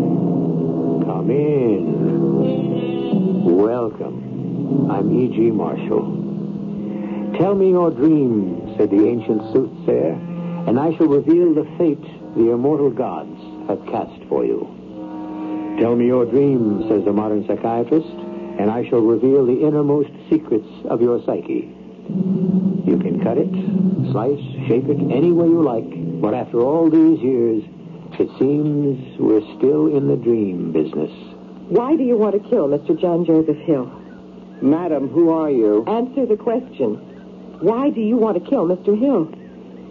Come in. Welcome. I'm E.G. Marshall. Tell me your dream, said the ancient soothsayer, and I shall reveal the fate the immortal gods have cast for you. Tell me your dream, says the modern psychiatrist, and I shall reveal the innermost secrets of your psyche. You can cut it, slice, shape it any way you like, but after all these years, it seems we're still in the dream business. Why do you want to kill Mr. John Joseph Hill? Madam, who are you? Answer the question. Why do you want to kill Mr. Hill?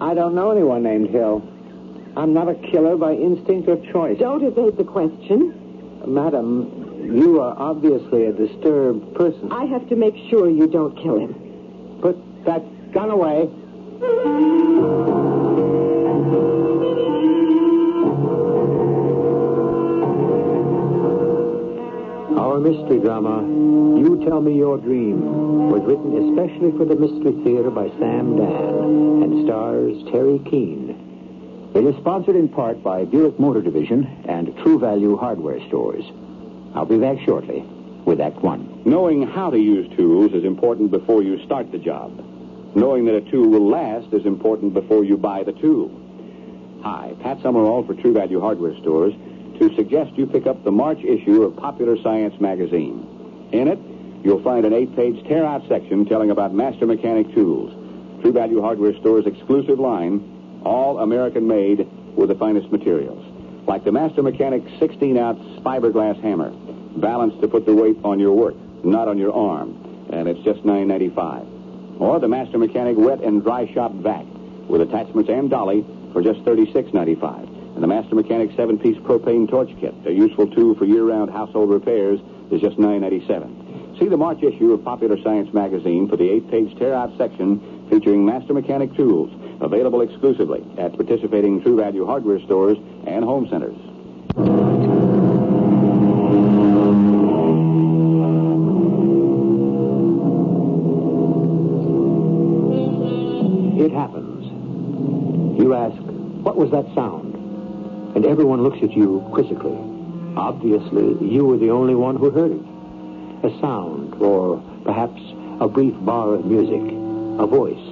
I don't know anyone named Hill. I'm not a killer by instinct or choice. Don't evade the question. Madam, you are obviously a disturbed person. I have to make sure you don't kill him. Put that gun away. Our mystery drama, You Tell Me Your Dream, was written especially for the Mystery Theater by Sam Dan and stars Terry Keane. It is sponsored in part by Buick Motor Division and True Value Hardware Stores. I'll be back shortly with Act One. Knowing how to use tools is important before you start the job. Knowing that a tool will last is important before you buy the tool. Hi, Pat Summerall for True Value Hardware Stores to suggest you pick up the March issue of Popular Science magazine. In it, you'll find an eight-page tear-out section telling about master mechanic tools, True Value Hardware Store's exclusive line, all American-made with the finest materials, like the Master Mechanic 16-ounce fiberglass hammer, balanced to put the weight on your work, not on your arm, and it's just $9.95. Or the Master Mechanic wet and dry shop vac with attachments and dolly for just $36.95. And the Master Mechanic 7-piece propane torch kit, a useful tool for year-round household repairs, is just $9.97. See the March issue of Popular Science magazine for the 8-page tear-out section featuring Master Mechanic tools, available exclusively at participating True Value hardware stores and home centers. It happens. You ask, what was that sound? And everyone looks at you quizzically. Obviously, you were the only one who heard it. A sound, or perhaps a brief bar of music, a voice,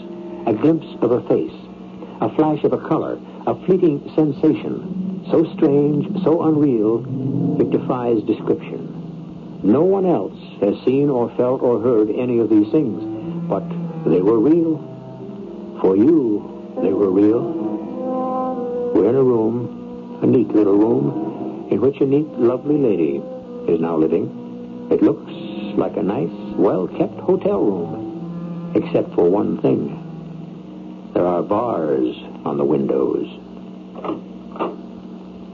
a glimpse of a face, a flash of a color, a fleeting sensation, so strange, so unreal, it defies description. No one else has seen or felt or heard any of these things, but they were real. For you, they were real. We're in a room, a neat little room, in which a neat, lovely lady is now living. It looks like a nice, well-kept hotel room, except for one thing. There are bars on the windows.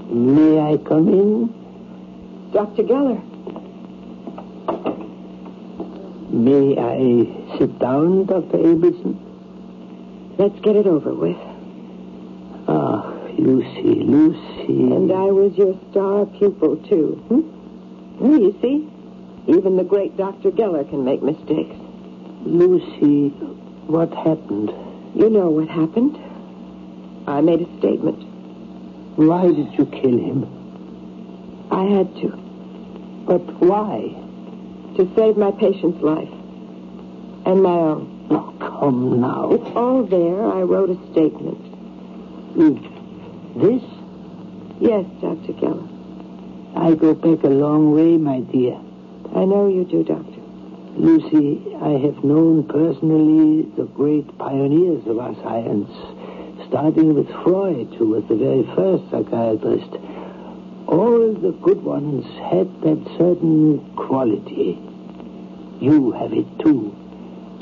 May I come in? Dr. Geller, May I sit down, Dr. Abelson? let's get it over with. Ah, Lucy, Lucy. And I was your star pupil, too. Hmm? Well, you see, even the great Dr. Geller can make mistakes. Lucy, what happened? You know what happened. I made a statement. Why did you kill him? I had to. But why? to save my patient's life and my own. Oh, come now. It's all there. I wrote a statement. This, Yes, Dr. Geller. I go back a long way, my dear. I know you do, Doctor. Lucy, I have known personally the great pioneers of our science, starting with Freud, who was the very first psychiatrist. All the good ones had that certain quality. You have it too.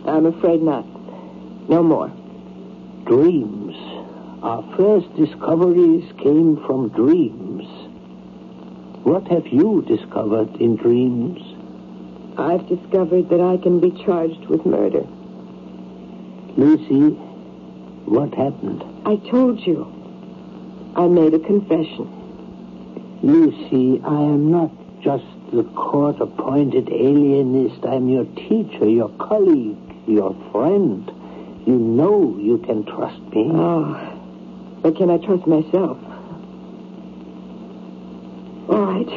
I'm afraid not. No more. Dreams. Our first discoveries came from dreams. What have you discovered in dreams? I've discovered that I can be charged with murder. Lucy, what happened? I told you. I made a confession. Lucy, I am not just the court appointed alienist. I'm your teacher, your colleague, your friend. You know you can trust me. Ah, Oh, but can I trust myself? All right.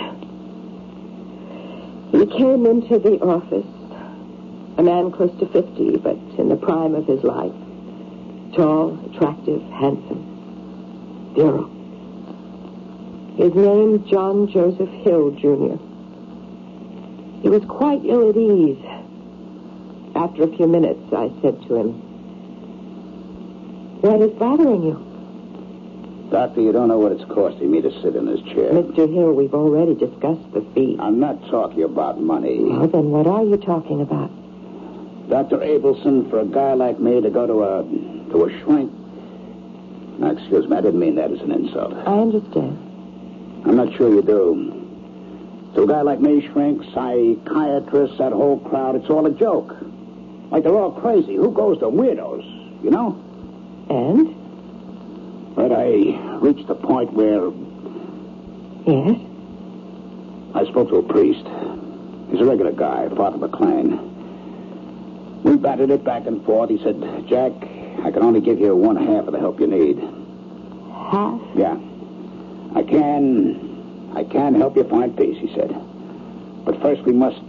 He came into the office, a man close to 50, but in the prime of his life. Tall, attractive, handsome. Virile. His name, John Joseph Hill, Jr. He was quite ill at ease. After a few minutes, I said to him, What is bothering you? Doctor, you don't know what it's costing me to sit in this chair. Mr. Hill, we've already discussed the fee. I'm not talking about money. Well, then what are you talking about? Dr. Abelson, for a guy like me to go to a to a shrink. Now, excuse me, I didn't mean that as an insult. I understand. I'm not sure you do. To a guy like me, shrink, psychiatrists, that whole crowd, it's all a joke. Like they're all crazy. Who goes to weirdos? You know? And? But I reached the point where Yes? I spoke to a priest. He's a regular guy, Father McLean. We batted it back and forth. He said, Jack, I can only give you one half of the help you need. Half? Yeah. I can I can help you find peace, he said. But first we must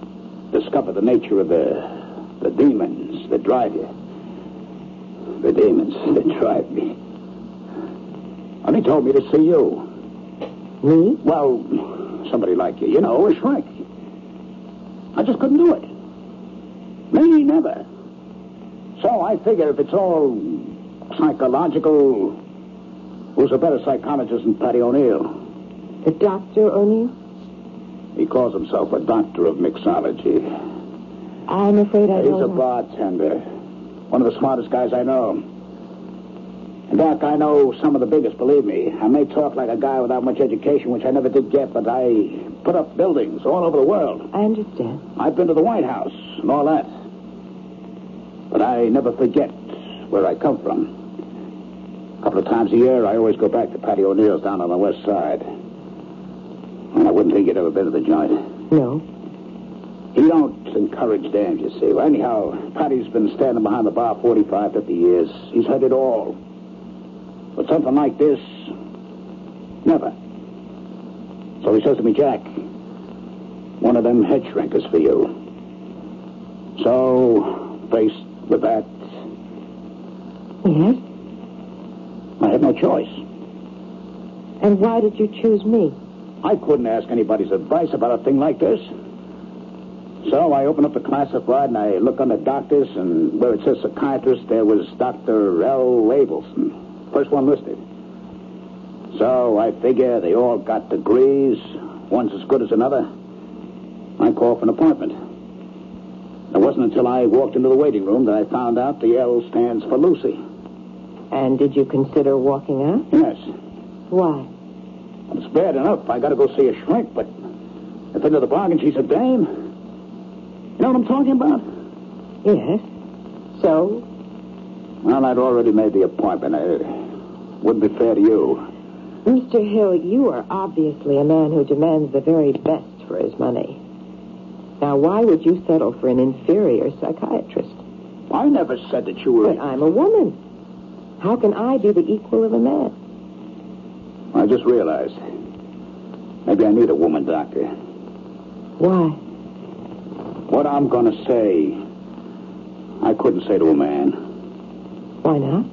discover the nature of the the demons that drive you. The demons that drive me. And he told me to see you. Me? Well, somebody like you, you know, a shrink. I just couldn't do it. Me, never. So I figure if it's all psychological, who's a better psychologist than Patty O'Neill? The doctor, O'Neill? He calls himself a doctor of mixology. I'm afraid I He's don't a know. bartender. One of the smartest guys I know. And Doc, I know some of the biggest, believe me. I may talk like a guy without much education, which I never did get, but I put up buildings all over the world. I understand. I've been to the White House and all that. But I never forget where I come from. A couple of times a year, I always go back to Patty O'Neill's down on the west side. And I wouldn't think you'd ever been to the joint. No. He don't encourage dams, you see. Well, anyhow, Patty's been standing behind the bar 45, 50 years. He's heard it all. But something like this, never. So he says to me, Jack, one of them head shrinkers for you. So, faced with that, Yes? I had no choice. And why did you choose me? I couldn't ask anybody's advice about a thing like this. So I open up the classified and I look under doctors, and where it says psychiatrist, there was Dr. L. Abelson, first one listed. So I figure they all got degrees, one's as good as another. I call for an appointment. It wasn't until I walked into the waiting room that I found out the L stands for Lucy. And did you consider walking out? Yes, Why? It's bad enough. I gotta go see a shrink, but at the end of the bargain, she's a dame. You know what I'm talking about? Yes. So? Well, I'd already made the appointment. It wouldn't be fair to you. Mr. Hill, you are obviously a man who demands the very best for his money. Now, why would you settle for an inferior psychiatrist? I never said that you were. But I'm a woman. How can I be the equal of a man? I just realized. Maybe I need a woman doctor. Why? What I'm gonna say, I couldn't say to a man. Why not?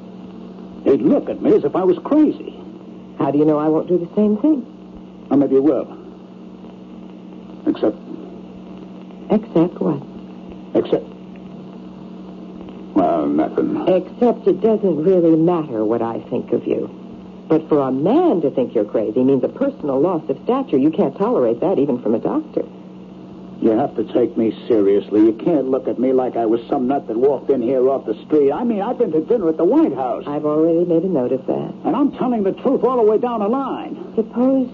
He'd look at me as if I was crazy. How do you know I won't do the same thing? Or maybe he will. Except Except what? Except. Well, nothing. Except it doesn't really matter what I think of you. But for a man to think you're crazy means a personal loss of stature. You can't tolerate that even from a doctor. You have to take me seriously. You can't look at me like I was some nut that walked in here off the street. I mean, I've been to dinner at the White House, I've already made a note of that. and I'm telling the truth all the way down the line. Suppose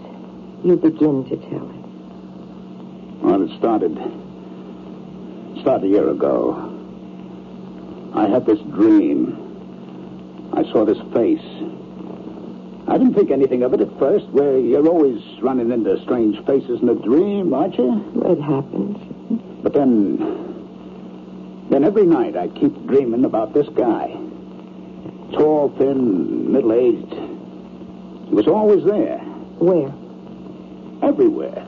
you begin to tell it. Well, it started Started a year ago. I had this dream. I saw this face. I didn't think anything of it at first, where you're always running into strange faces in a dream, aren't you? It happens. But then, then every night I keep dreaming about this guy. Tall, thin, middle aged. He was always there, Where? everywhere.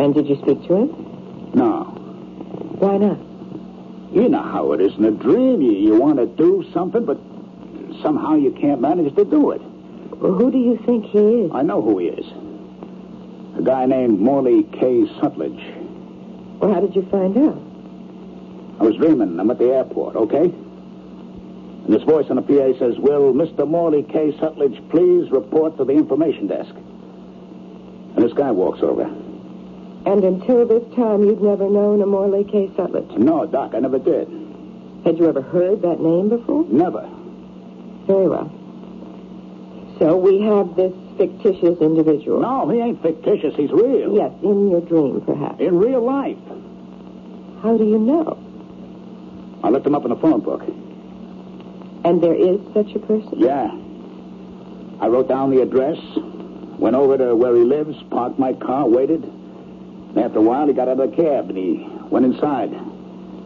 And did you speak to him? Now, Why not? you know how it is in a dream. You, you want to do something, but somehow you can't manage to do it. Well, who do you think he is? I know who he is. A guy named Morley K. Sutledge. Well, how did you find out? I was dreaming. I'm at the airport, okay? And this voice on the PA says, Will Mr. Morley K. Sutledge please report to the information desk? And this guy walks over. And until this time, you'd never known a Morley K. Sutledge. No, Doc, I never did. Had you ever heard that name before? Never. Very well. So we have this fictitious individual. No, he ain't fictitious. He's real. Yes, in your dream, perhaps. In real life. How do you know? I looked him up in the phone book. And there is such a person? Yeah. I wrote down the address, went over to where he lives, parked my car, waited. After a while, he got out of the cab and he went inside.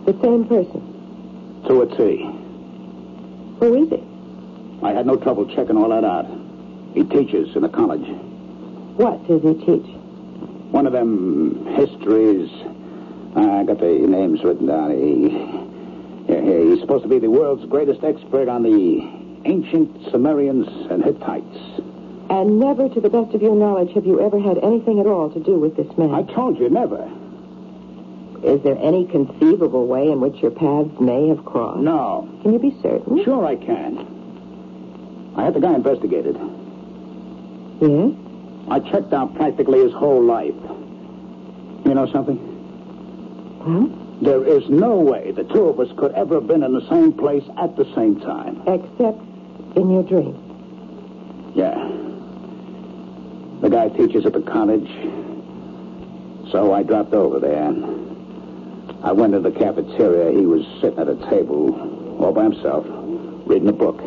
The same person. To a T. Who is it? I had no trouble checking all that out. He teaches in a college. What does he teach? One of them histories. I got the names written down. He, here, here. he's supposed to be the world's greatest expert on the ancient Sumerians and Hittites. And never, to the best of your knowledge, have you ever had anything at all to do with this man. I told you, never. Is there any conceivable way in which your paths may have crossed? No. Can you be certain? Sure, I can. I had the guy investigated. Yes? I checked out practically his whole life. You know something? Well, There is no way the two of us could ever have been in the same place at the same time. except in your dream. Yeah. The guy teaches at the college. So I dropped over there. I went to the cafeteria. He was sitting at a table all by himself, reading a book.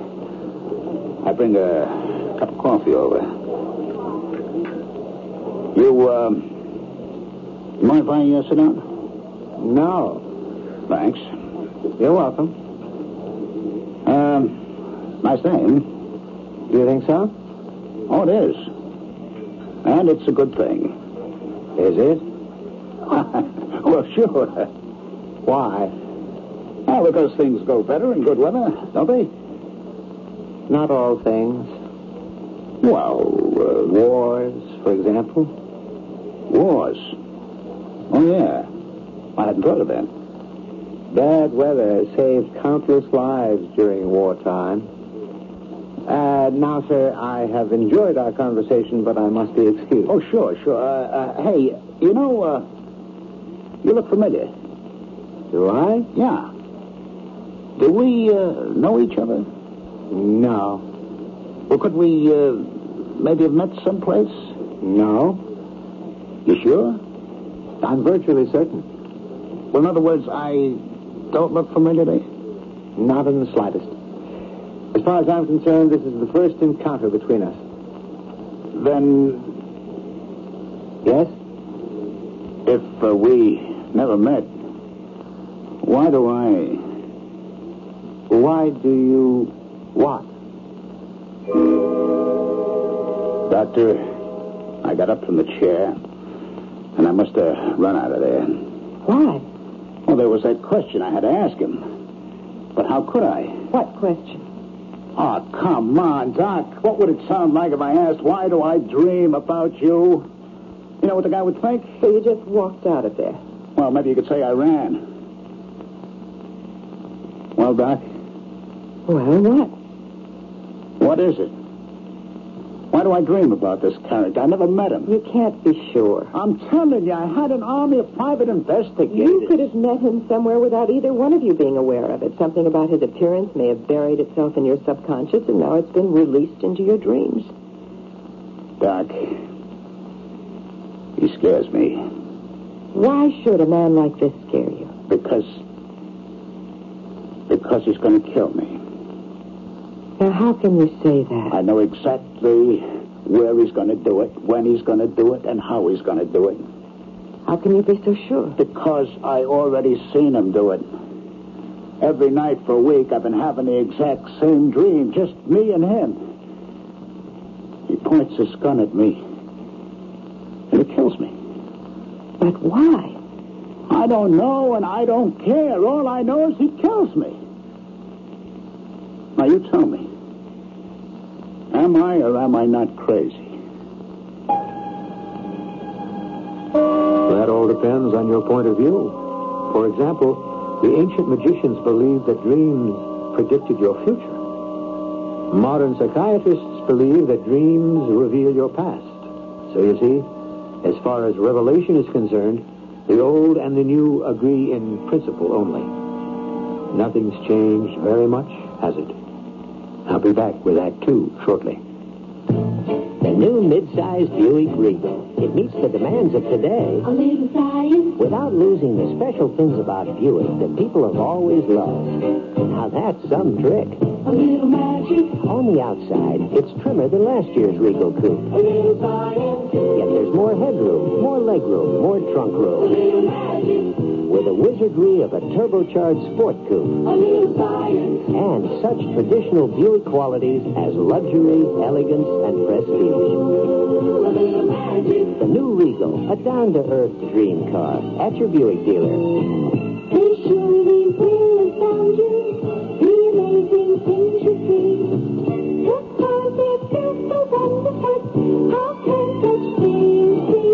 I bring a cup of coffee over. You, um, you mind if I uh, sit down? No. Thanks. You're welcome. Um, nice name. Do you think so? Oh, it is. And it's a good thing. Is it? well, sure. Why? Well, because things go better in good weather, don't they? Not all things. Well, uh, wars, For example? wars. Oh, yeah. I hadn't thought of that. Bad weather saved countless lives during wartime. Uh, now, sir, I have enjoyed our conversation, but I must be excused. Oh, sure, sure. Uh, uh, hey, you know, uh, you look familiar. do I? Yeah. Do we uh, know each other? No. Well, could we uh, maybe have met someplace? No? You sure? I'm virtually certain. Well, in other words, I don't look familiar to you. Not in the slightest. As far as I'm concerned, this is the first encounter between us. Then, Yes? if uh, we never met, why do I? Why do you. What? Doctor, I got up from the chair, and I must have run out of there. Why? Well, there was that question I had to ask him. But how could I? What question? Oh, come on, Doc. What would it sound like if I asked, why do I dream about you? You know what the guy would think? So you just walked out of there. Well, maybe you could say I ran. Well, Doc, Well, what? what is it? Why do I dream about this character? I never met him. You can't be sure. I'm telling you, I had an army of private investigators. You could have met him somewhere without either one of you being aware of it. Something about his appearance may have buried itself in your subconscious, and now it's been released into your dreams. Doc, he scares me. Why should a man like this scare you? Because. Because he's going to kill me. Now, how can you say that? I know exactly where he's going to do it, when he's going to do it, and how he's going to do it. How can you be so sure? Because I already seen him do it. Every night for a week, I've been having the exact same dream, just me and him. He points his gun at me, and he kills me. But why? I don't know, and I don't care. All I know is he kills me. Now, you tell me. Am I or am I not crazy? That all depends on your point of view. For example, the ancient magicians believed that dreams predicted your future. Modern psychiatrists believe that dreams reveal your past. So you see, as far as revelation is concerned, the old and the new agree in principle only. Nothing's changed very much, has it? I'll be back with Act Two shortly. The new mid-sized Buick Regal. It meets the demands of today A little science, without losing the special things about Buick that people have always loved. Now that's some trick. a little magic, On the outside, it's trimmer than last year's Regal coupe. a little science, Yet there's more headroom, more legroom, more trunk a room. little magic, With a wizardry of a turbocharged sport coupe a little science, and such traditional Buick qualities as luxury, elegance, and prestige. a little magic. The new Regal, a down-to-earth dream car at your Buick dealer. They surely will found you, the amazing things you see. The perfect is the wonderful, how can such things be?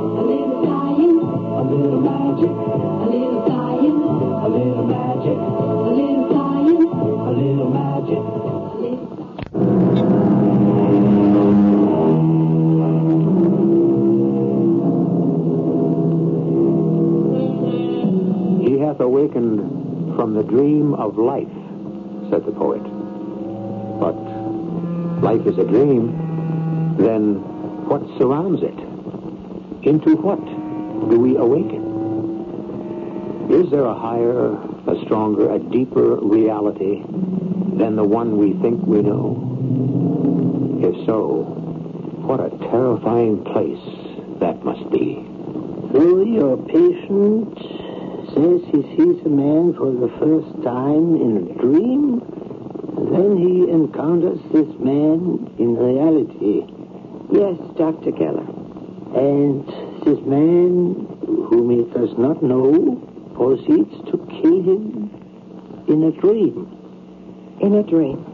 A little science, a little magic, a little science, a little magic, a little science, a little magic, a little He hath awakened from the dream of life, said the poet. But life is a dream, then what surrounds it? Into what do we awaken? Is there a higher, a stronger, a deeper reality than the one we think we know? If so, what a terrifying place that must be. Though your patient says he sees a man for the first time in a dream, then he encounters this man in reality. Yes, Dr. Geller. And this man, whom he does not know, proceeds to kill him in a dream. In a dream.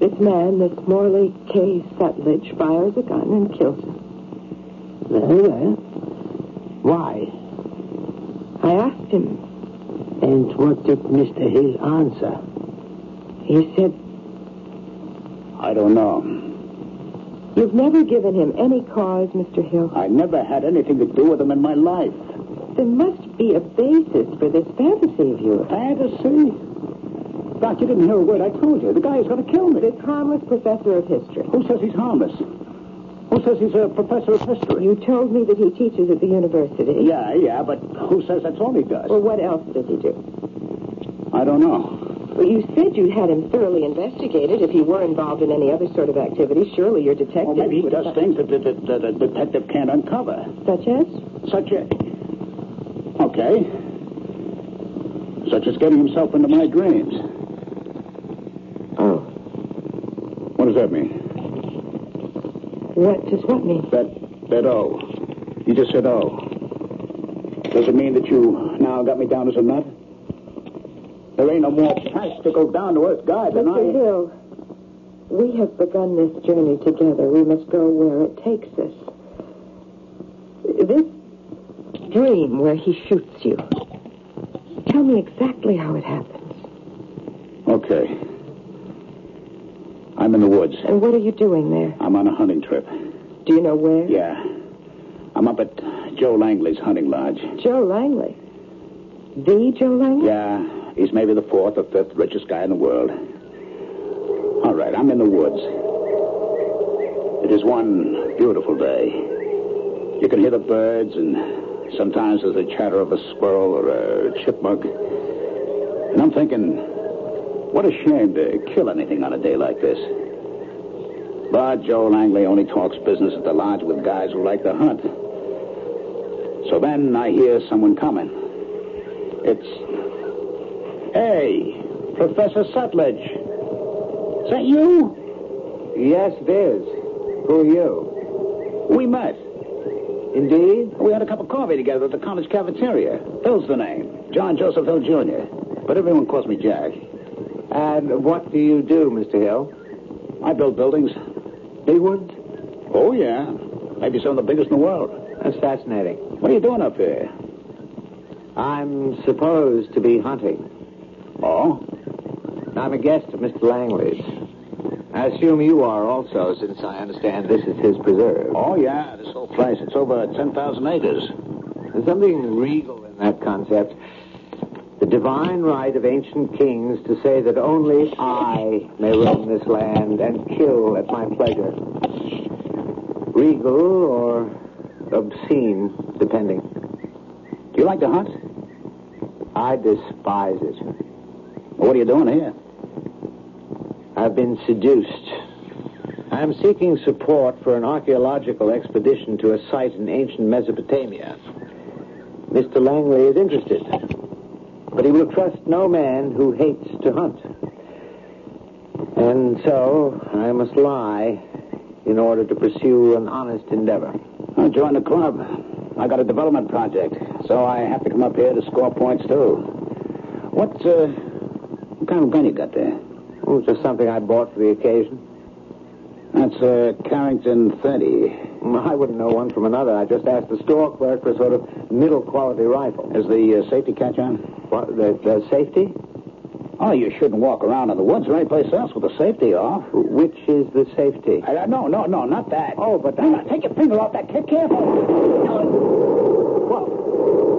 This man, this Morley K. Sutledge, fires a gun and kills him. Very well. Why? I asked him. And what did Mr. Hill answer? He said, I don't know. You've never given him any cause, Mr. Hill. I never had anything to do with him in my life. There must be a basis for this fantasy of yours. Fantasy? Doc, you didn't hear a word I told you. The guy is going to kill me. This harmless professor of history. Who says he's harmless? Who says he's a professor of history? You told me that he teaches at the university. Yeah, yeah, but who says that's all he does? Well, what else does he do? I don't know. Well, you said you had him thoroughly investigated. If he were involved in any other sort of activity, surely your detective Well, maybe he would does have- things that, that, that, that a detective can't uncover. Such as? Such a. Okay. Such as getting himself into my dreams. Oh. What does that mean? What does what mean? That that O. You just said O. Does it mean that you now got me down as a nut? There ain't no more practical down to earth guy than Mr. I. Hill, we have begun this journey together. We must go where it takes us. This dream where he shoots you. Tell me exactly how it happens. Okay. I'm in the woods. And what are you doing there? I'm on a hunting trip. Do you know where? Yeah. I'm up at Joe Langley's hunting lodge. Joe Langley. The Joe Langley? Yeah, he's maybe the fourth or fifth richest guy in the world. All right, I'm in the woods. It is one beautiful day. You can hear the birds and Sometimes there's a chatter of a squirrel or a chipmunk. And I'm thinking, what a shame to kill anything on a day like this. But Joe Langley only talks business at the lodge with guys who like to hunt. So then I hear someone coming. It's. Hey, Professor Sutledge. Is that you? Yes, it is. Who are you? We met. Indeed? We had a cup of coffee together at the college cafeteria. Hill's the name. John Joseph Hill, Jr. But everyone calls me Jack. And what do you do, Mr. Hill? I build buildings. Big ones? Oh, yeah. Maybe some of the biggest in the world. That's fascinating. What are you doing up here? I'm supposed to be hunting. Oh? I'm a guest of Mr. Langley's. I assume you are also, since I understand this is his preserve. Oh, yeah. This whole place, it's over 10,000 acres. There's something regal in that concept. The divine right of ancient kings to say that only I may roam this land and kill at my pleasure. Regal or obscene, depending. Do you like to hunt? I despise it. Well, what are you doing here? I've been seduced. I am seeking support for an archaeological expedition to a site in ancient Mesopotamia. Mr. Langley is interested, but he will trust no man who hates to hunt. And so I must lie in order to pursue an honest endeavor. I joined the club. I got a development project, so I have to come up here to score points, too. What, uh, what kind of gun you got there? Oh, just something I bought for the occasion. That's a Carrington 30. I wouldn't know one from another. I just asked the store clerk for a sort of middle quality rifle. Is the uh, safety catch on? What, the, the safety? Oh, you shouldn't walk around in the woods or anyplace else with the safety off. Which is the safety? I, I- no, no, no, not that. Oh, but Hang on, take your finger off that kid. Careful.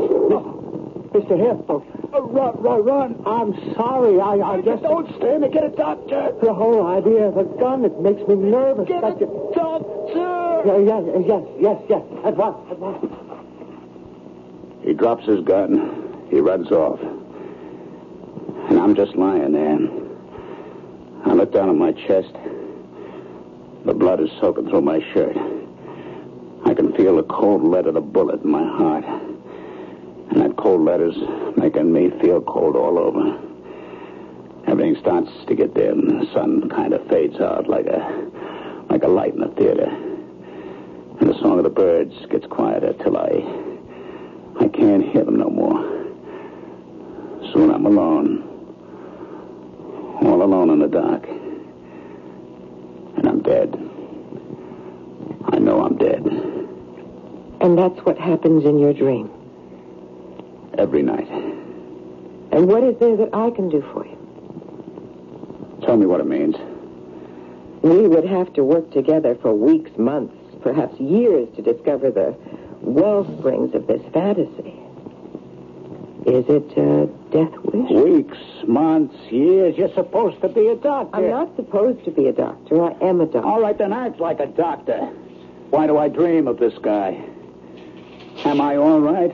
Mr. Hill. uh, run, run, run. I'm sorry. I, I just... don't stand there. Get a doctor. The whole idea of a gun, it makes me nervous. Get That a you- doctor. Yeah, Uh, yes, yes, yes, yes. At once, at once. He drops his gun. He runs off. And I'm just lying there. I look down at my chest. The blood is soaking through my shirt. I can feel the cold lead of the bullet in my heart. And that cold lead is making me feel cold all over. Everything starts to get dim. The sun kind of fades out like a like a light in a theater. And the song of the birds gets quieter till I I can't hear them no more. Soon I'm alone. All alone in the dark. And I'm dead. I know I'm dead. And that's what happens in your dream. Every night. And what is there that I can do for you? Tell me what it means. We would have to work together for weeks, months, perhaps years to discover the wellsprings of this fantasy. Is it uh, death wish? Weeks, months, years. You're supposed to be a doctor. I'm not supposed to be a doctor. I am a doctor. All right, then act like a doctor. Why do I dream of this guy? Am I all right?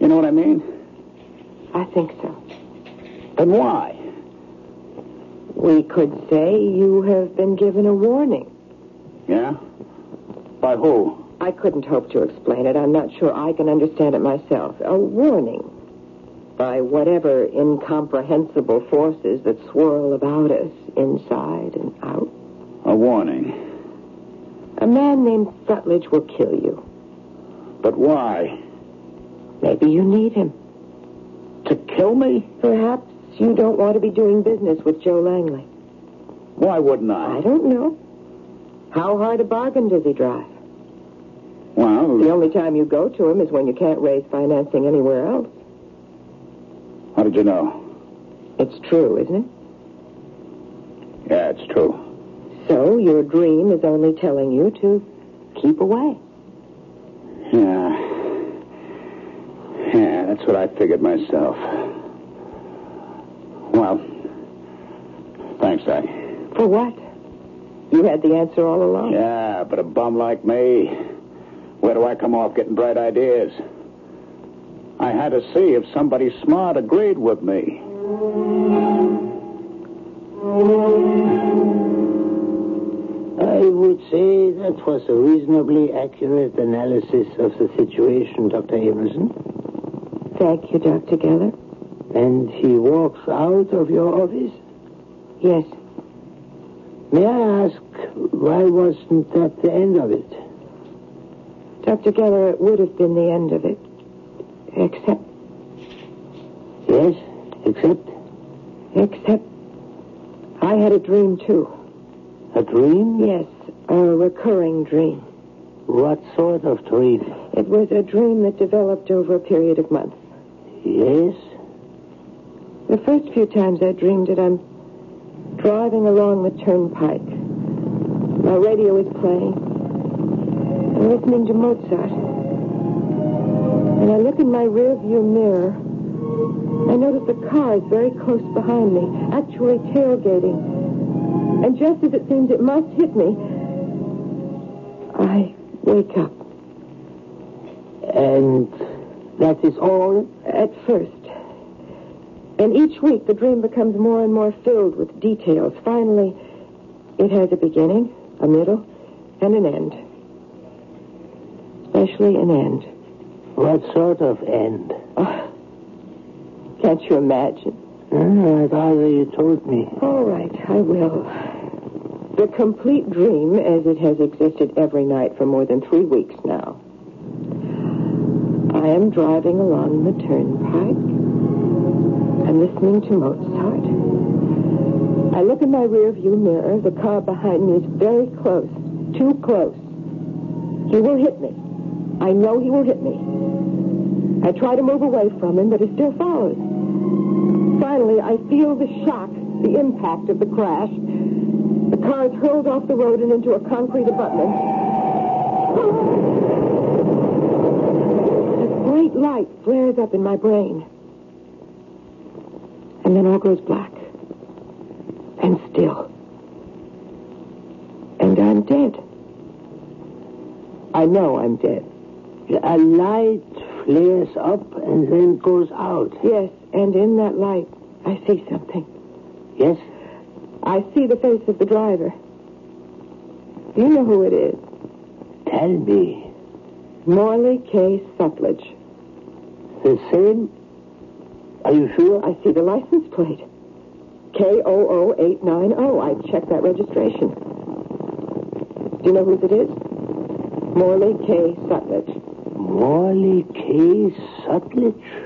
You know what I mean? I think so. Then why? We could say you have been given a warning. Yeah? By who? I couldn't hope to explain it. I'm not sure I can understand it myself. A warning by whatever incomprehensible forces that swirl about us, inside and out. A warning. A man named Sutledge will kill you. But why? Maybe you need him. To kill me? Perhaps you don't want to be doing business with Joe Langley. Why wouldn't I? I don't know. How hard a bargain does he drive? Well, The only time you go to him is when you can't raise financing anywhere else. how did you know? It's true, isn't it? Yeah, it's true. So your dream is only telling you to keep away. Yeah. Yeah, that's what I figured myself. Well, thanks, Doc. For what? You had the answer all along. Yeah, but a bum like me, where do I come off getting bright ideas? I had to see if somebody smart agreed with me. I would say that was a reasonably accurate analysis of the situation, Dr. Abelson. Thank you, Dr. Geller. And he walks out of your office? Yes. May I ask, why wasn't that the end of it? Dr. Geller, it would have been the end of it. Except, Yes, except except, I had a dream, too. a dream? Yes, a recurring dream. What sort of dream? It was a dream that developed over a period of months. Yes? The first few times I dreamed it, I'm driving along the turnpike. My radio is playing. I'm listening to Mozart. And I look in my rearview mirror. I notice the car is very close behind me, actually tailgating. And just as it seems it must hit me, I wake up. And that is all? At first. And each week the dream becomes more and more filled with details. Finally, it has a beginning, a middle, and an end. Especially an end. What sort of end? Oh, can't you imagine? Ah, I rather you told me. All right, I will. The complete dream as it has existed every night for more than three weeks now. I am driving along the turnpike. I'm listening to Mozart. I look in my rearview mirror. The car behind me is very close. Too close. He will hit me. I know he will hit me. I try to move away from him, but he still follows. Finally, I feel the shock, the impact of the crash. The car is hurled off the road and into a concrete abutment. A great light flares up in my brain. And then all goes black. And still. And I'm dead. I know I'm dead. A light flares up and then goes out. Yes, and in that light, I see something. Yes? I see the face of the driver. You know who it is. Tell me. Morley K. Suttledge. The same? Are you sure? I see the license plate. K00890. I checked that registration. Do you know whose it is? Morley K. Suttledge. Morley K. Suttledge?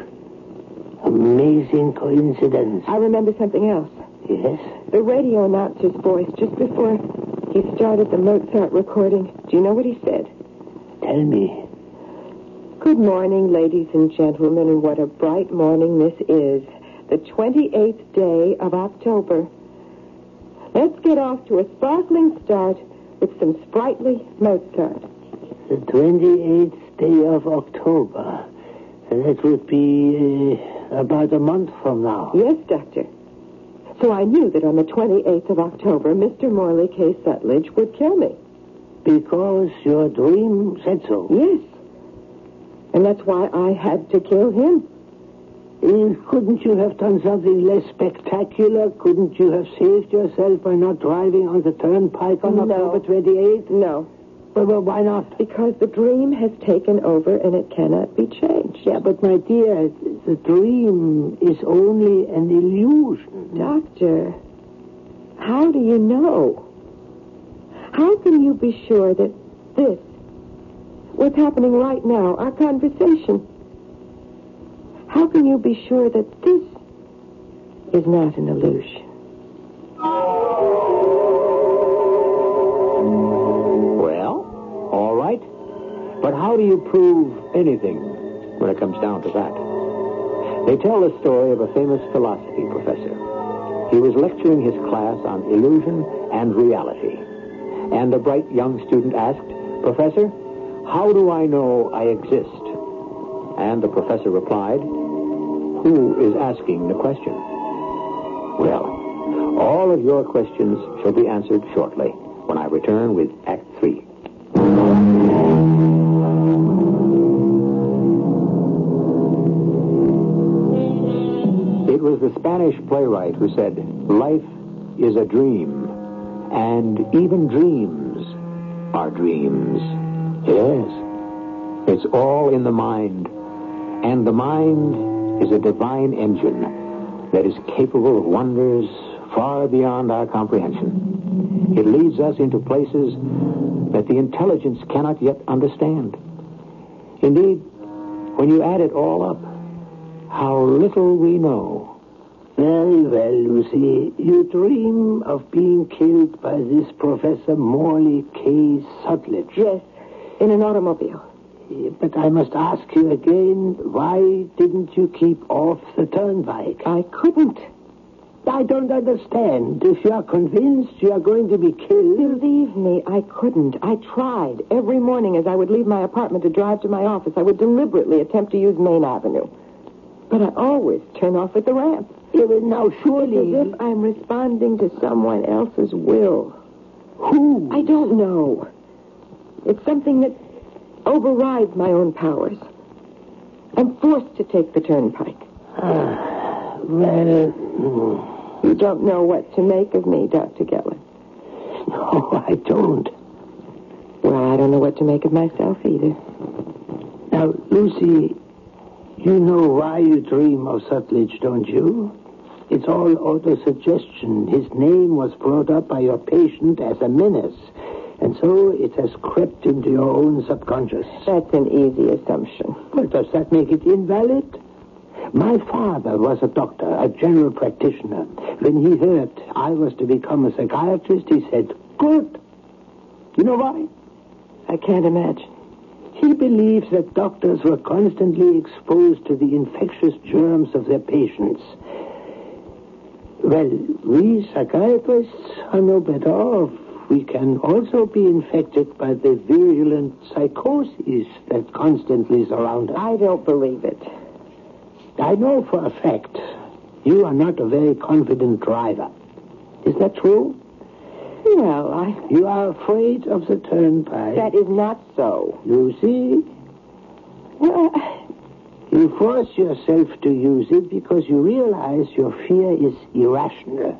Amazing coincidence. I remember something else. Yes? The radio announcer's voice just before he started the Mozart recording. Do you know what he said? Tell me. Good morning, ladies and gentlemen, and what a bright morning this is. The 28th day of October. Let's get off to a sparkling start with some sprightly Mozart. The 28th day of October. And that would be uh, about a month from now. Yes, Doctor. So I knew that on the 28th of October, Mr. Morley K. Suttledge would kill me. Because your dream said so. Yes. And that's why I had to kill him. Eh, Couldn't you have done something less spectacular? Couldn't you have saved yourself by not driving on the turnpike on No. October 28th? No, Well, well, why not? because the dream has taken over and it cannot be changed. Yeah, but my dear, the dream is only an illusion. Doctor, how do you know? How can you be sure that this, what's happening right now, our conversation, how can you be sure that this is not an illusion? Well, all right. But how do you prove anything when it comes down to that? They tell the story of a famous philosophy professor. He was lecturing his class on illusion and reality. And a bright young student asked, Professor, how do I know I exist? And the professor replied, Who is asking the question? Well, all of your questions shall be answered shortly when I return with Act Three. was the Spanish playwright who said, Life is a dream, and even dreams are dreams. Yes, it's all in the mind, and the mind is a divine engine that is capable of wonders far beyond our comprehension. It leads us into places that the intelligence cannot yet understand. Indeed, when you add it all up, how little we know. Very well, you see. You dream of being killed by this Professor Morley K. Suttledge. Yes, in an automobile. But I must ask you again, why didn't you keep off the turnpike? I couldn't. I don't understand. If you are convinced you are going to be killed, Believe me, I couldn't. I tried. Every morning as I would leave my apartment to drive to my office, I would deliberately attempt to use Main Avenue. But I always turn off at the ramp. even now surely... It's as if I'm responding to someone else's will. Who? I don't know. It's something that overrides my own powers. I'm forced to take the turnpike. Well, hmm. You don't know what to make of me, Dr. Geller. no, I don't. Well, I don't know what to make of myself either. Now, Lucy, you know why you dream of Suttledge, don't you? It's all autosuggestion. His name was brought up by your patient as a menace, and so it has crept into your own subconscious. That's an easy assumption. Well, does that make it invalid? My father was a doctor, a general practitioner. When he heard I was to become a psychiatrist, he said, Good. You know why? I can't imagine. He believes that doctors were constantly exposed to the infectious germs of their patients. Well, we psychiatrists are no better off. We can also be infected by the virulent psychoses that constantly surround us. I don't believe it. I know for a fact you are not a very confident driver. Is that true? Well, I. You are afraid of the turnpike. That is not so. Lucy, Well, I- You force yourself to use it because you realize your fear is irrational.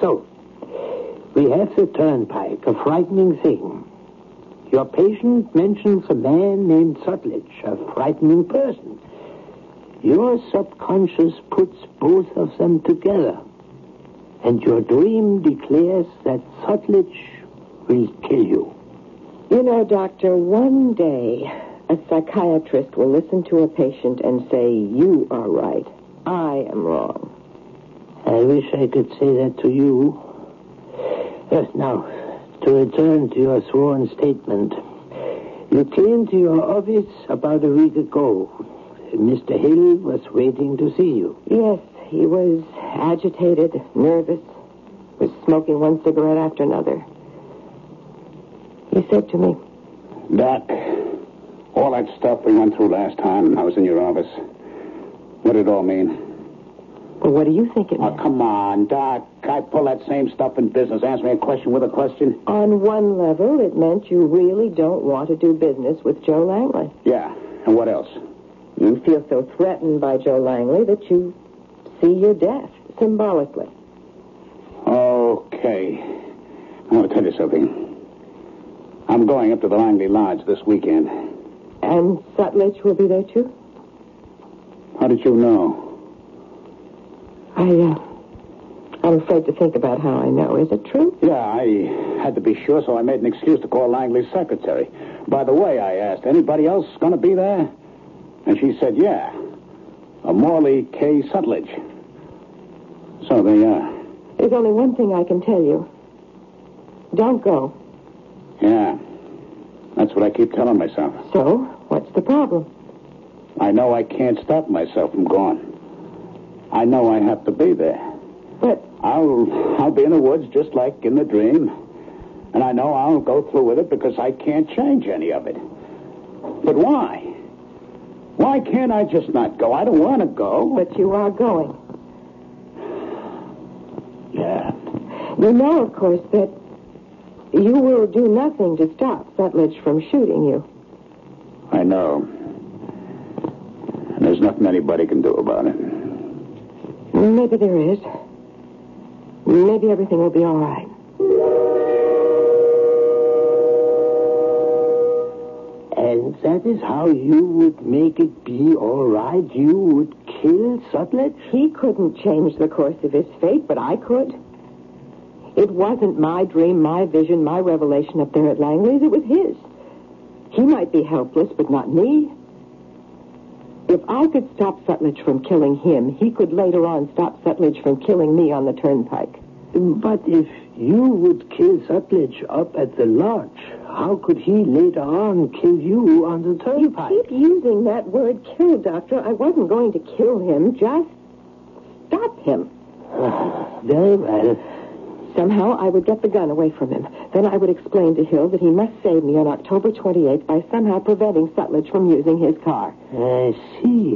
So, we have the turnpike, a frightening thing. Your patient mentions a man named Suttledge, a frightening person. Your subconscious puts both of them together, and your dream declares that Suttledge will kill you. you know, Doctor, one day a psychiatrist will listen to a patient and say, You are right. I am wrong. I wish I could say that to you. Uh, now, to return to your sworn statement. You came to your office about a week ago. Mr. Hill was waiting to see you. Yes, he was agitated, nervous, was smoking one cigarette after another. He said to me, Doc, all that stuff we went through last time I was in your office, what did it all mean? Well, what do you think it Oh, means? come on, Doc. I pull that same stuff in business. Ask me a question with a question. On one level, it meant you really don't want to do business with Joe Langley. Yeah, and what else? You feel so threatened by Joe Langley that you see your death symbolically. Okay. I want to tell you something. I'm going up to the Langley Lodge this weekend. And Suttledge will be there too? How did you know? I, uh, I'm afraid to think about how I know. Is it true? Yeah, I had to be sure, so I made an excuse to call Langley's secretary. By the way, I asked, anybody else going to be there? And she said, yeah. A Morley K. Suttledge. So uh, there you are. There's only one thing I can tell you. Don't go. Yeah. That's what I keep telling myself. So, what's the problem? I know I can't stop myself from going. I know I have to be there. But I'll I'll be in the woods just like in the dream. And I know I'll go through with it because I can't change any of it. But why? Why can't I just not go? I don't want to go. but you are going. yeah. You know, of course, that you will do nothing to stop Suttledge from shooting you. I know. And there's nothing anybody can do about it. Maybe there is. Maybe everything will be all right. And that is how you would make it be all right? You would kill Sutledge? He couldn't change the course of his fate, but I could. It wasn't my dream, my vision, my revelation up there at Langley's. It was his. He might be helpless, but not me. If I could stop Sutledge from killing him, he could later on stop Sutledge from killing me on the turnpike. But if you would kill Sutledge up at the lodge, how could he later on kill you on the turnpike? Keep using that word kill, Doctor. I wasn't going to kill him, just stop him. Very well. Somehow I would get the gun away from him. Then I would explain to Hill that he must save me on October 28th by somehow preventing Sutledge from using his car. I see.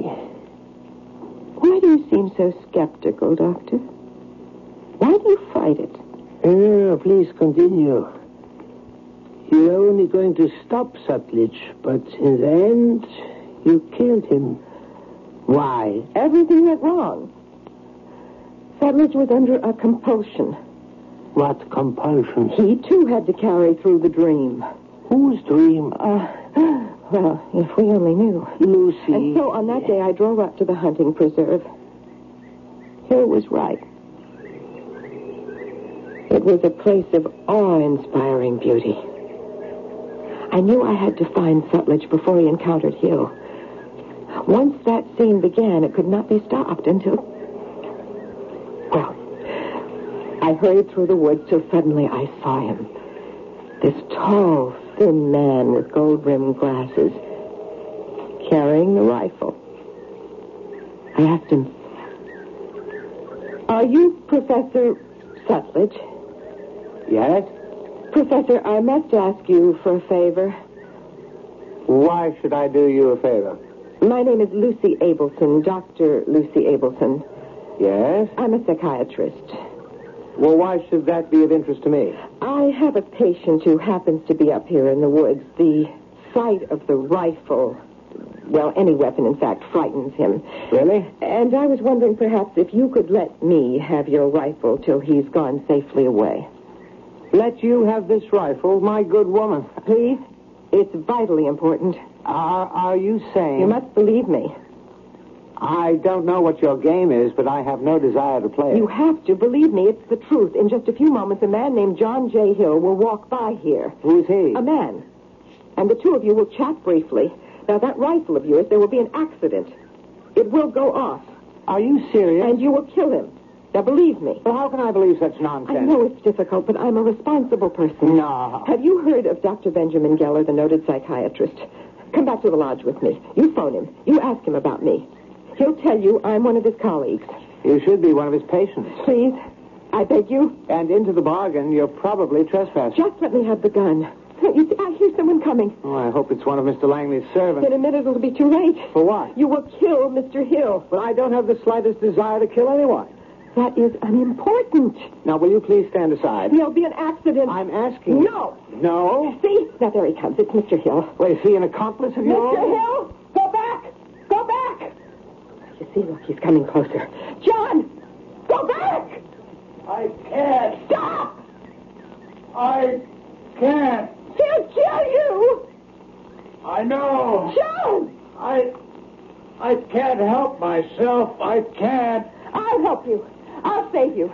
Why do you seem so skeptical, Doctor? Why do you fight it? Uh, please continue. You're only going to stop Sutledge, but in the end, you killed him. Why? Everything went wrong. Sutledge was under a compulsion. What compulsion? He, too, had to carry through the dream. Whose dream? Uh, well, if we only knew. Lucy. And so on that day, I drove up to the hunting preserve. Hill was right. It was a place of awe-inspiring beauty. I knew I had to find Sutledge before he encountered Hill. Once that scene began, it could not be stopped until... Well, I hurried through the woods till suddenly I saw him. This tall, thin man with gold-rimmed glasses, carrying the rifle. I asked him, Are you Professor Sutledge? Yes? Professor, I must ask you for a favor. Why should I do you a favor? My name is Lucy Abelson, Dr. Lucy Abelson. Yes? I'm a psychiatrist. Well, why should that be of interest to me? I have a patient who happens to be up here in the woods. The sight of the rifle, well, any weapon, in fact, frightens him. Really? And I was wondering perhaps if you could let me have your rifle till he's gone safely away. Let you have this rifle, my good woman. Please? It's vitally important. Are, are you saying... You must believe me. I don't know what your game is, but I have no desire to play it. You have to believe me. It's the truth. In just a few moments, a man named John J. Hill will walk by here. Who's he? A man. And the two of you will chat briefly. Now, that rifle of yours, there will be an accident. It will go off, Are you serious? and you will kill him. Now, believe me. Well, how can I believe such I nonsense? know it's difficult, but I'm a responsible person. No. Have you heard of Dr. Benjamin Geller, the noted psychiatrist? Come back to the lodge with me. You phone him. You ask him about me. He'll tell you I'm one of his colleagues. You should be one of his patients. Please, I beg you, And into the bargain, you're probably trespassing. Just let me have the gun. You see, I hear someone coming. Oh, I hope it's one of Mr. Langley's servants. In a minute, it'll be too late. For what? You will kill Mr. Hill. But I don't have the slightest desire to kill anyone. That is unimportant. Now, will you please stand aside? There'll be an accident. I'm asking. No. No? See? Now, there he comes. It's Mr. Hill. Wait, is he an accomplice of Mr. yours? Hill, go back. Go back. You see, look, he's coming closer. John, go back. I can't. Stop. I can't. He'll kill you. I know. John, I. I can't help myself. I can't. I'll help you. I'll save you.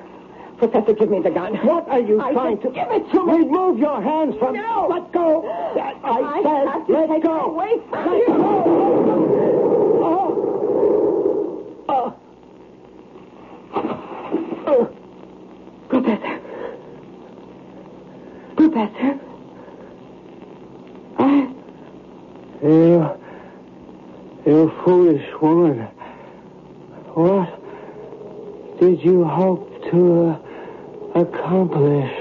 Professor, give me the gun. What are you I trying to... said, give it to me. Remove your hands from... No. Let go. I, I have said, to let take go. it away from you. Oh. Oh. Professor. Professor. I, You, you foolish woman. What did you hope to uh, accomplish?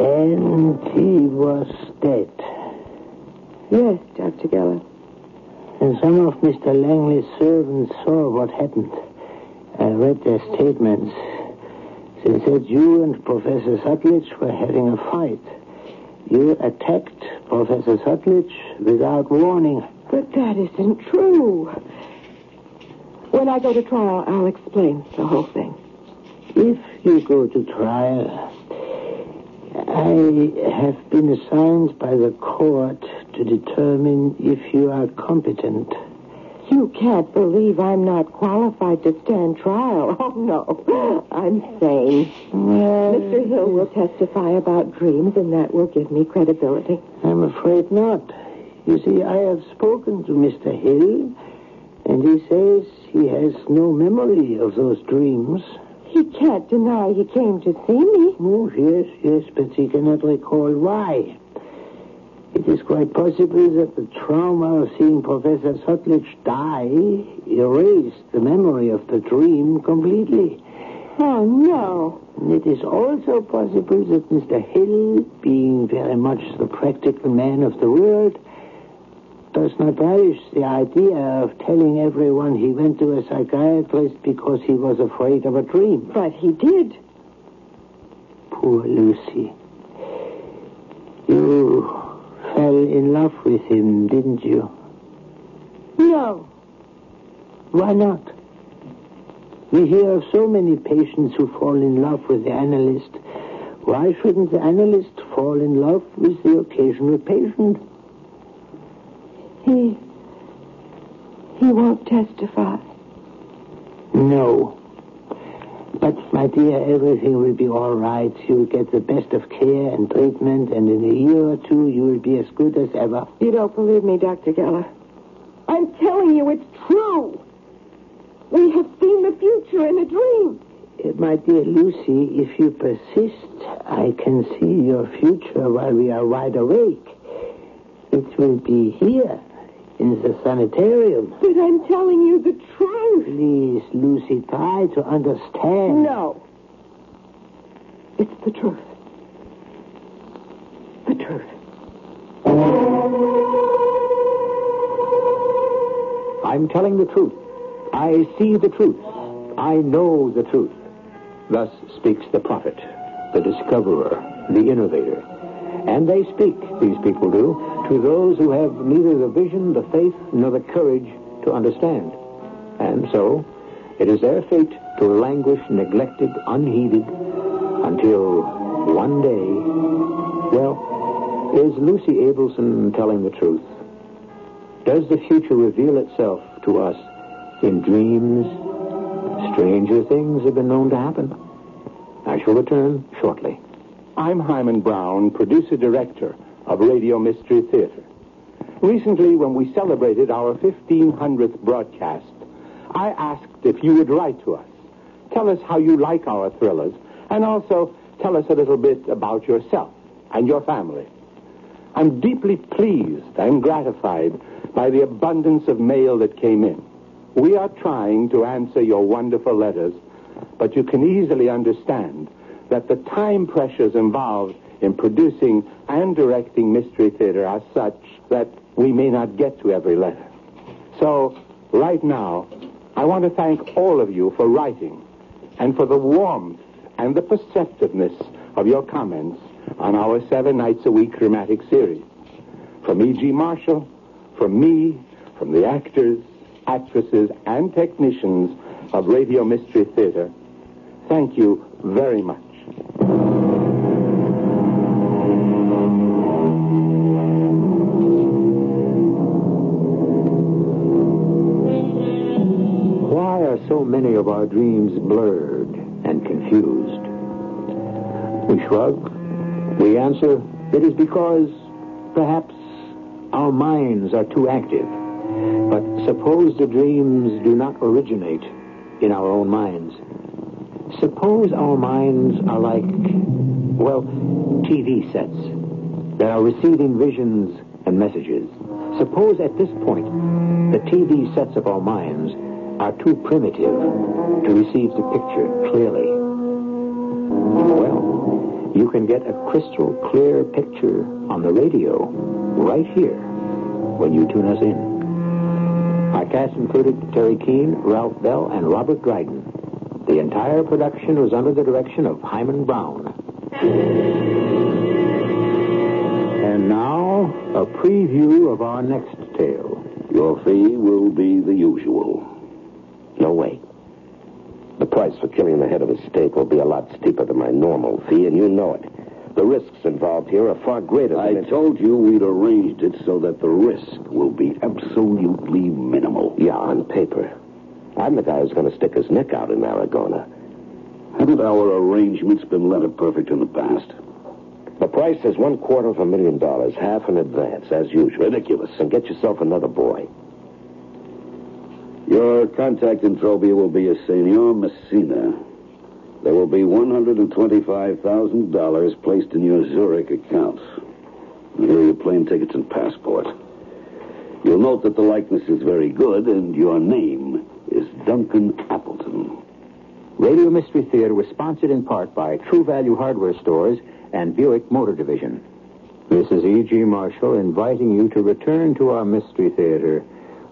And he was dead. yes, Dr. Geller. And some of Mr. Langley's servants saw what happened. I read their statements. They said you and Professor Sutledge were having a fight. You attacked Professor Sutledge, without warning. But that isn't true. When I go to trial, I'll explain the whole thing. If you go to trial, I have been assigned by the court to determine if you are competent. You can't believe I'm not qualified to stand trial. Oh, no. I'm sane. Mm. Mr. Hill will testify about dreams, and that will give me credibility. I'm afraid not. You see, I have spoken to Mr. Hill, and he says he has no memory of those dreams. He can't deny he came to see me. Oh, yes, yes, but he cannot recall why. It is quite possible that the trauma of seeing Professor Sutledge die erased the memory of the dream completely. Oh, no. And it is also possible that Mr. Hill, being very much the practical man of the world, does not relish the idea of telling everyone he went to a psychiatrist because he was afraid of a dream. But he did. Poor Lucy. You fell in love with him, didn't you? No. Why not? We hear of so many patients who fall in love with the analyst. Why shouldn't the analyst fall in love with the occasional patient? He. He won't testify. No. But, my dear, everything will be all right. You'll get the best of care and treatment, and in a year or two, you will be as good as ever. You don't believe me, Dr. Geller. I'm telling you, it's true. We have seen the future in a dream. Uh, My dear Lucy, if you persist, I can see your future while we are wide awake. It will be here, in the sanitarium. But I'm telling you the truth. Please, Lucy, try to understand. No. It's the truth. The truth. I'm telling the truth. I see the truth. I know the truth. Thus speaks the prophet, the discoverer, the innovator. And they speak, these people do, to those who have neither the vision, the faith, nor the courage to understand. And so, it is their fate to languish neglected, unheeded, until one day. Well, is Lucy Abelson telling the truth? Does the future reveal itself to us in dreams? Stranger things have been known to happen. I shall return shortly. I'm Hyman Brown, producer director of Radio Mystery Theater. Recently, when we celebrated our 1500th broadcast, I asked if you would write to us. Tell us how you like our thrillers, and also tell us a little bit about yourself and your family. I'm deeply pleased and gratified by the abundance of mail that came in. We are trying to answer your wonderful letters, but you can easily understand that the time pressures involved in producing and directing Mystery Theater are such that we may not get to every letter. So, right now, I want to thank all of you for writing and for the warmth and the perceptiveness of your comments on our seven nights a week dramatic series. From E.G. Marshall, from me, from the actors, actresses, and technicians of Radio Mystery Theater, thank you very much. Why are so many of our dreams blurred and confused? We shrug. We answer, it is because perhaps our minds are too active. But suppose the dreams do not originate in our own minds. Suppose our minds are like, well, TV sets that are receiving visions and messages. Suppose at this point the TV sets of our minds are too primitive to receive the picture clearly. Well, you can get a crystal clear picture on the radio right here when you tune us in. Our cast included Terry Keane, Ralph Bell, and Robert Dryden. The entire production was under the direction of Hyman Brown. And Now, a preview of our next tale. Your fee will be the usual. No way. The price for killing the head of a snake will be a lot steeper than my normal fee, and you know it. The risks involved here are far greater than I it- told you we'd arranged it so that the risk will be absolutely minimal. Yeah, on paper. I'm the guy who's going to stick his neck out in Aragona. Haven't our arrangements been letter perfect in the past? The price is one quarter of a million dollars, half in advance, as usual. Ridiculous. And get yourself another boy. Your contact in Trobia will be a Senor Messina. There will be $125,000 placed in your Zurich account. Here are your plane tickets and passport. You'll note that the likeness is very good, and your name is Duncan Appleton. Radio Mystery Theater was sponsored in part by True Value Hardware Stores and Buick Motor Division. This is E.G. Marshall inviting you to return to our Mystery Theater